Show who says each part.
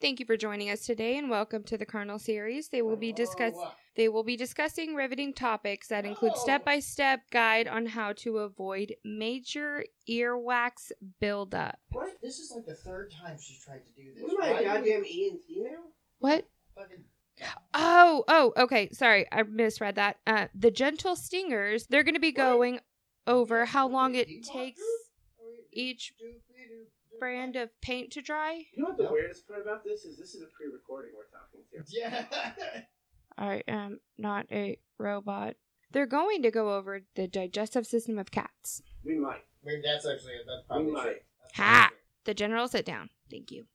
Speaker 1: Thank you for joining us today and welcome to the Colonel series. They will be discuss they will be discussing riveting topics that include step-by-step guide on how to avoid major earwax buildup.
Speaker 2: What? This is like the third time she's tried to do this.
Speaker 3: What am I,
Speaker 2: Why
Speaker 3: a
Speaker 2: do we
Speaker 3: goddamn E and C now?
Speaker 1: What?
Speaker 2: fucking-
Speaker 1: Oh, oh, okay. Sorry, I misread that. Uh the gentle stingers, they're going to be going over how long it takes each brand of paint to dry.
Speaker 3: You know what the
Speaker 2: Yep.
Speaker 3: weirdest part about this is? This is a pre-recording we're talking to.
Speaker 2: Yeah.
Speaker 1: I am not a robot. They're going to go over the digestive system of cats.
Speaker 3: We might.
Speaker 2: Maybe that's actually that's
Speaker 3: We
Speaker 2: probably true.
Speaker 3: might.
Speaker 2: That's
Speaker 1: Ha!
Speaker 2: probably
Speaker 1: The general sit down. Thank you.